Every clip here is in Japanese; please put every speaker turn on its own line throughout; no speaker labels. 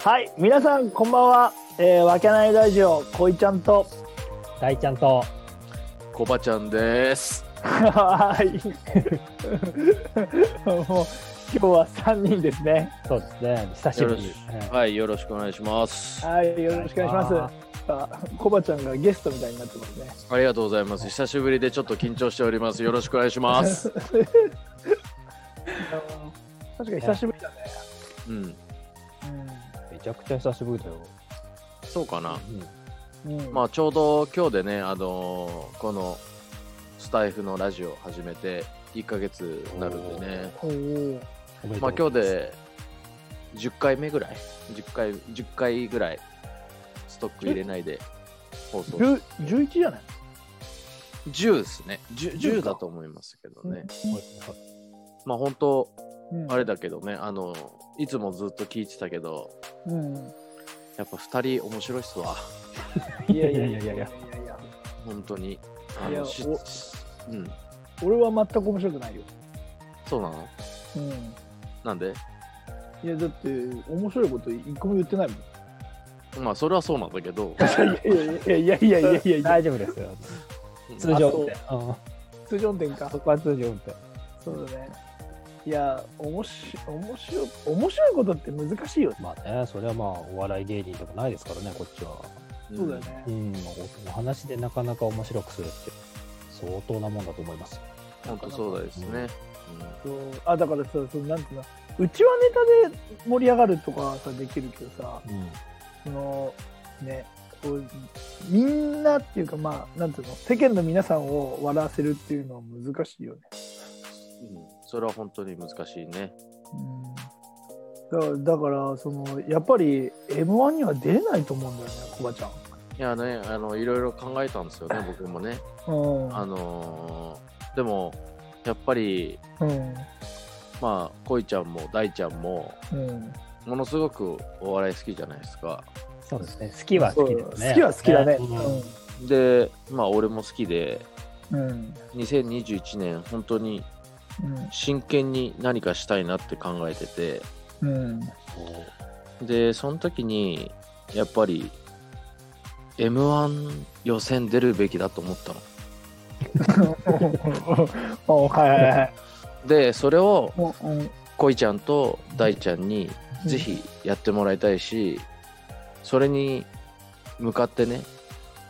はい、皆さんこんばんは。えー、わけないラジオ、こいちゃんと。
大ちゃんと
コバちゃんです。
はい。 もう今日は三人ですね。
そうですね久しぶり
よろし
うん
はい、よろしくお願いします。
はい、よろしくお願いします。あ、コバちゃんがゲストみたいになってますね。
ありがとうございます。久しぶりでちょっと緊張しております。よろしくお願い します。
確かに久しぶりだね。
うん、
めちゃくちゃ久しぶりだよ、
そうかな。
うん。うん、
まあちょうど今日でね、あのーこのスタイフのラジオ始めて1ヶ月になるんでね。
おー
おめでと
ま
う
あ
ございま
今日
す
で10回目ぐらい、10回 ,10 回ぐらいストック入れないで放送
十十一じゃない。
10ですね 10,
10
10
か
だと思いますけどね、
はい
まあ本当
うん
あれ。だけどねあのいつもずっと聞いてたけど
うん。
やっぱ2人面白いっすわ
いやいやいやいやい
いやいやい
や
やいや。
本当にあ
いや
のし
お
うん
俺は全く面白くないよ。
そうなの
うん。
なんで
いやだって面白いこと一個も言ってないもん。
まあそれはそうなんだけ ど
いやいやいやいやいやいやいや。
大丈夫ですよ通
うん
常運転うん
通常点か。
そこは通常運転
そうだね。いや、おもし、面白い、面白いことって難しいよね。
まあねそれはまあお笑い芸人とかないですからねこっちは
そうだよね
う。んおお話でなかなか面白くするって相当なもんだと思いますよ
本当そうですね、うん
そうあ、だからさ、そのなんていうの、うちはネタで盛り上がるとかさ、できるけどさ、
うん
その、ね、こうみんなっていうか、まあ、なんていうの、世間の皆さんを笑わせるっていうのは難しいよね。
うんそれは本当に難しいね
うん、だから、だからその、やっぱり、M1 には出れないと思うんだよね、コバちゃん。
いやねあのいろいろ考えたんですよね僕もね
うん。
あのーでもやっぱり
うん。
まあ恋ちゃんも大ちゃんも
うん。
ものすごくお笑い好きじゃないですか
そうですね好きは好きですね
好きは好きだね。
うん
でまあ俺も好きで
うん。うん。
2021年本当に
うん
真剣に何かしたいなって考えてて
うん、
でその時にやっぱり m 1予選出るべきだと思ったの
おはいはいはい。
でそれを
おうん
恋ちゃんと大ちゃんにぜひやってもらいたいし、それに向かってね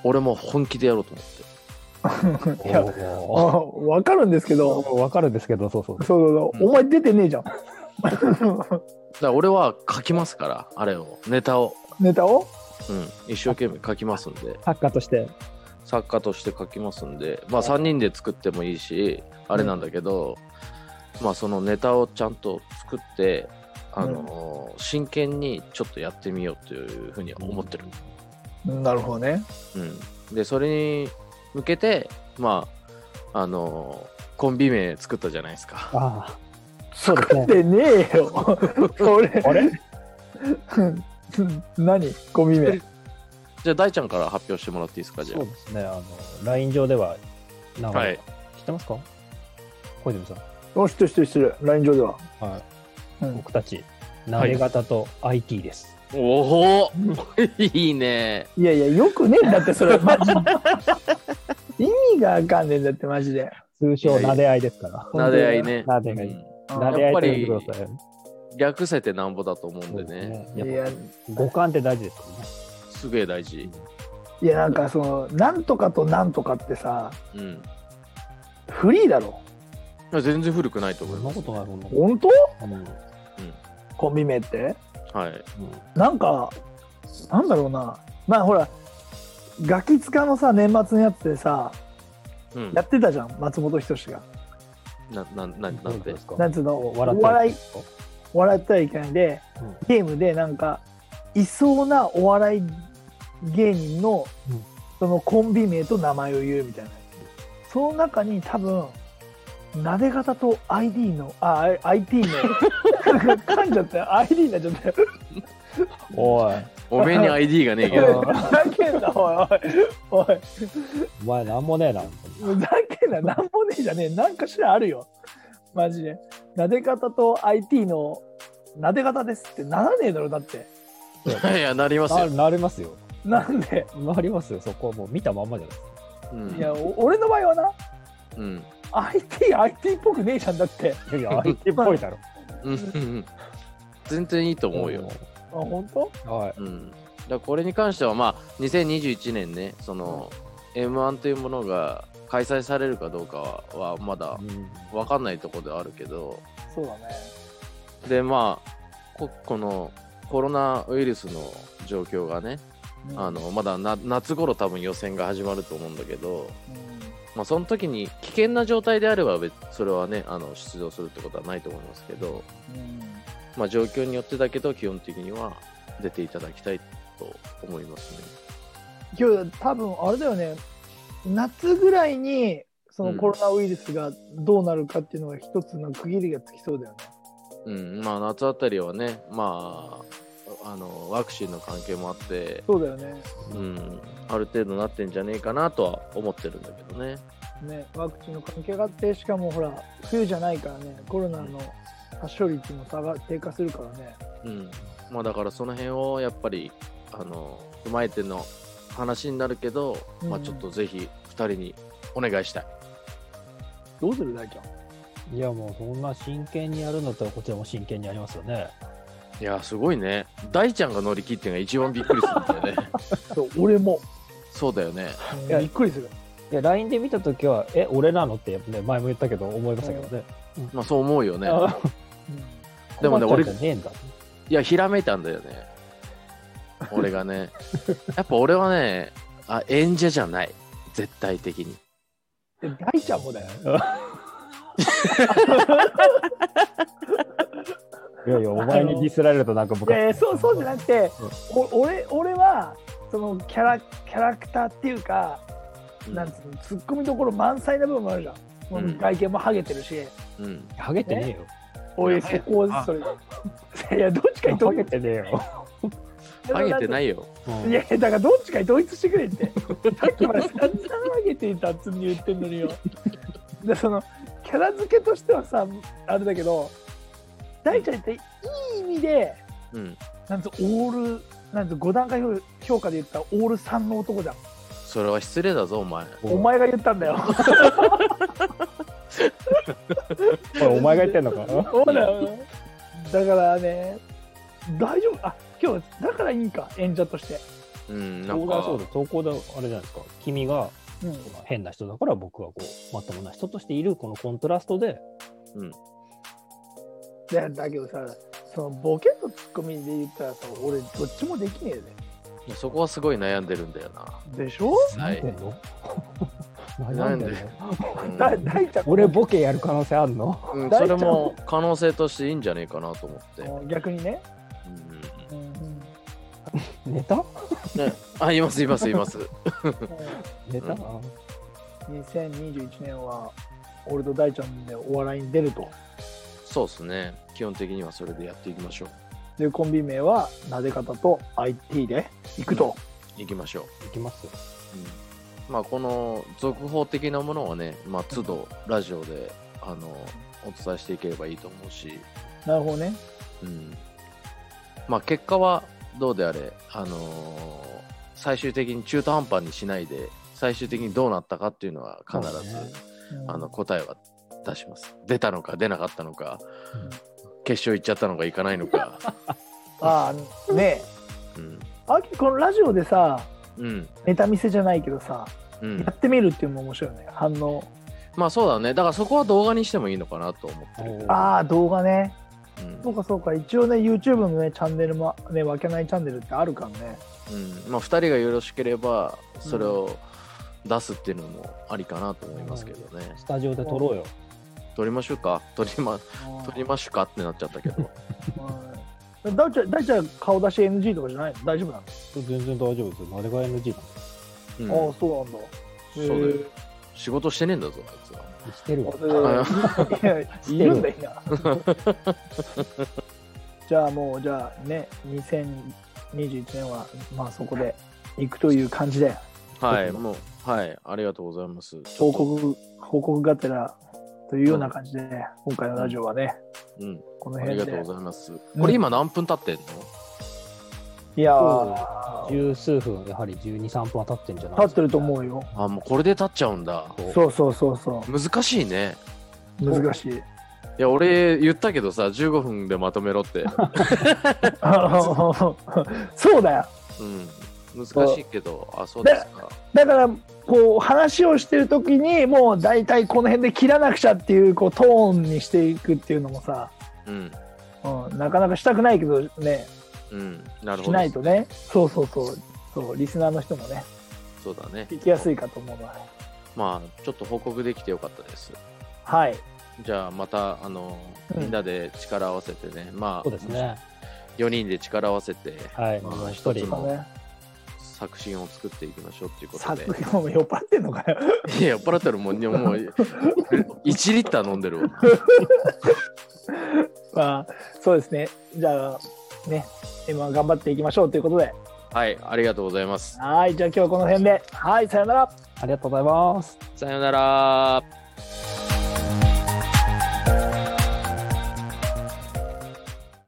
俺も本気でやろうと思って
いやあ
おー
わかるんですけど、そう
わかるんですけどそうそう
そうそう、
うん
お前出てねえじゃん。
だから俺は書きますからあれをネタを、
ネタを
うん、一生懸命書きますんで
サッカーとして
作家として書きますんでまあ3人で作ってもいいしあれなんだけど、まあそのネタをちゃんと作ってあのー真剣にちょっとやってみようというふうには思ってる、
なるほどね。
うん、でそれに向けてまああのーコンビ名作ったじゃないですか
ああそうですね
出てねえよ。俺、
あれ
何ゴミ目。
じゃあ大ちゃんから発表してもらっていいですかじゃ
そうですね、あの、LINE 上では、名
あは
前、
い
知ってますか小泉さん。
お、知ってる知ってる知ってる。ライン上では。
はい、
うん
僕たち、なめ型と IT です。
おおいいね
いやいや、よくねえんだって、それ、マジで。意味がわかんねえんだって、マジで。
通称、なで合いですから。
なで合いね
なで合い。なで
やっ
合
ぱ
いと
り
呼んでください。
うん略せてなんぼだと思うんで
そう
ね
です
い
ねや
や
っ、ぱ五感って大事ですからね。
すげえ大事
いや、なんか、その、なんとかとなんとかってさ、
うん
フリーだろ。
いや全然古くないと
そ
思い
んな
ます
ことないもんな
本当
あのうん
コンビ名って。
はい
なんか、なんだろうな、まあほら、ガキ使のさ、年末のやつでさ、
うん
やってたじゃん、松本人志が。
な、な、
どういう
な、な
んこと
で
ですか
なんつうの、
お
お
笑った
笑い
り、とか
笑ってはいけないで、
うん
ゲームでなんか、いそうなお笑い芸人の、
うん
そのコンビ名と名前を言うみたいな。その中に多分、なで方と ID の、あ、あ IT の、噛んじゃったよ、ID になっちゃったよ。
おい、
おめえに ID がねえけ ど。
ふざけんな、おい、おい。おい
お前なんもねえな。
ふざけんな、なんもねえじゃねえ。なんかしらあるよ。マジで。なで方と IT のなで方ですってならねえだろ、だって。
いやいや、なります
な
よ。
なりますよ。
なんで
なりますよ。そこはもう見たまんまじゃないですか。
うん
いやお俺の場合はな
うん。
IT、IT っぽくねえじゃんだって。
いやいや、相手っぽいだろ。
うんうんうん全然いいと思うよ。
あ、本当
はい。
うん、だからこれに関しては、まあ、2021年ね、その、m 1というものが開催されるかどうかははまだ
うん
分かんないところではあるけど、
そうだね。
で、まあ、ここのコロナウイルスの状況がね、
うん
あ、のまだな夏頃多分予選が始まると思うんだけど、
うん
まあ、その時に危険な状態であれば別それはねあの出場するってことはないと思いますけど、
うん
まあ、状況によってだけど基本的には出ていただきたいと思いますね。
今日多分あれだよね夏ぐらいにそのコロナウイルスがどうなるかっていうのが一つの区切りがつきそうだよね。
うんまあ、夏あたりはね、まあ、あのワクチンの関係もあって、
そうだよね。
うん、ある程度なってんじゃねえかなとは思ってるんだけどね。
ねワクチンの関係があってしかもほら冬じゃないからねコロナの発症率も下が低下するからね。
うんまあ、だからその辺をやっぱりあの踏まえての話になるけど、まあ、
うん
ちょっとぜひ2人にお願いしたい。
どうする大ちゃん
いや、もうそんな真剣にやるんだったら、こちらも真剣にやりますよね。
いやすごいね大ちゃんが乗り切ってのが一番びっくりするんだよね
そう俺も
そうだよね
うん
いや
びっくりする。
いや、LINE で見たときは、え、俺なのって、ね、前も言ったけど、思いましたけどね。
まあそう思うよ ね
あ
でもね
困っ
俺
ちゃうんじゃねえんだ。
いやひらめいたんだよね俺がねやっぱ俺はねあ演者じゃない絶対的に
で大ちゃん もだよ。
いやいや、お前にディスられるとなんか僕は。
でそうそうじゃなくて、お俺俺はそのキャラキャラクターっていうか
うん
なんつうのツッコミどころ満載な部分もあるじゃん。も
う
うん外見もハゲてるし、
うん
ハゲてねえよ。
おい
いや
そこを
ハ
それいやどっちかに
ハ
統
ゲ
一
てねえよ。
ハゲてないいよ
いやいやだからどっちかに統一してくれってさっきまで散々ハゲていたっつに言ってんのによでそのキャラ付けとしてはさあれだけど大ちゃんっていい意味で
うん
なんつうオールなんつ5段階評評価で言ったらオール3の男じゃん
それは失礼だぞお前
お
お前が言ったんだよ
前お前が言ってんのか。
そうだよねだからね大丈夫あ今日だからいいんか演者として
うんな
そ
ん
こが
か
そうだ。そこであれじゃないですか。君が
うん
変な人だから僕はこうまともな人としているこのコントラストで
だだけどさそのボケとツッコミで言ったらさ俺どっちもできねえ
そこはすごい悩んでるんだよな、
ででしょ
はい
悩んでんの悩んでんの
悩んうん
だ大ちゃん
俺ボケやる可能性あんの
うん
大ちゃ
そ
ん
れも可能性としていいんじゃねえかなと思って、うん
逆にね、
うん
うん
ネタ
ね、あいますいますいます
ネタ、
うん
2021年は俺と大ちゃんでお笑いに出ると
そうっすね基本的にはそれでやっていきましょう
でコンビ名はなで方と IT で行くと、
行きましょう
いきますよ。
まあ、この続報的なものはね、まあ、都度ラジオであのお伝えしていければいいと思うし、
なるほどね
うんまあ、結果はどうであれ、あのー最終的に中途半端にしないで最終的にどうなったかっていうのは必ず、
そうね
うん
あの答えは出します出たのか出なかったのか、
うん
決勝行っちゃったのか行かないのか、
ああねえ
うん
あきこのラジオでさ
うん
ネタ見せじゃないけどさ、
うん
や、ってみるっていうのも面白いよね反応
まあそうだねだからそこは動画にしてもいいのかなと思ってる、
ああ動画ね
うん
そうかそうか一応ね YouTube のねチャンネルもねわけないチャンネルってあるからね
うんまあ、2人がよろしければそれを出すっていうのもありかなと思いますけどね、
スタジオで撮ろうよ。
撮りましょうか撮り ま撮りましょうかってなっちゃったけど
うん大ちゃん大ちゃん顔出し NG とかじゃないの大丈夫な
全然大丈夫ですよ。誰が NG な
うん
の、ああそうなんだ
そうだよ仕事してねえんだぞあいつは
のしてるわ。
へえいやいるんだいな じゃあもうじゃあね2021年はまあそこで行くという感じで
はいもうはいありがとうございますちょ
報
っと
告報告がてらというような感じで、今回のラジオはね
うん
この
あり
辺
がと
で
うございますこれ今何分経ってんの、
いや
そう
ー、
十数分、やはり12、3分は経ってんじゃない
立ってると思
う。
うよ。
あ、もうこれで立っちゃうんだ。
そうそうそうそ
難しいね。
う。難し い。
いや、俺言ったけどさ、15分でまとめろ って。
そうだよ。
うん。難しいけど、あ、そうですか。
だから、こう、話をしてるときに、もう大体この辺で切らなくちゃっていう、こう、トーンにしていくっていうのもさ、
うん。
うん、なかなかしたくないけどね、
うん。なる
し
ほ
ない
ど。
とね、そうそうそう、そう、リスナーの人もね、
そうだね。
聞きやすいかと思うので、
まあ、ちょっと報告できてよかったです。
はい。
じゃあ、また、あの、
うん
みんなで力を合わせてね。まあ、
そうですね。
4人で力を合わせて、
はい。
まあ
もう一
一つ
人
の。
ね、
作品を作っていきましょうっていうこと
さっ
で。
きもう酔っ払ってんのかよ。
いや、酔っ払ったらもう、にもう、1リッター飲んでるわ。
まあ、そうですね。じゃあ、ね、今頑張っていきましょうということで、
はい、ありがとうございます。
はい、じゃあ今日はこの辺で、はい、さよなら。
ありがとうございます。
さよなら。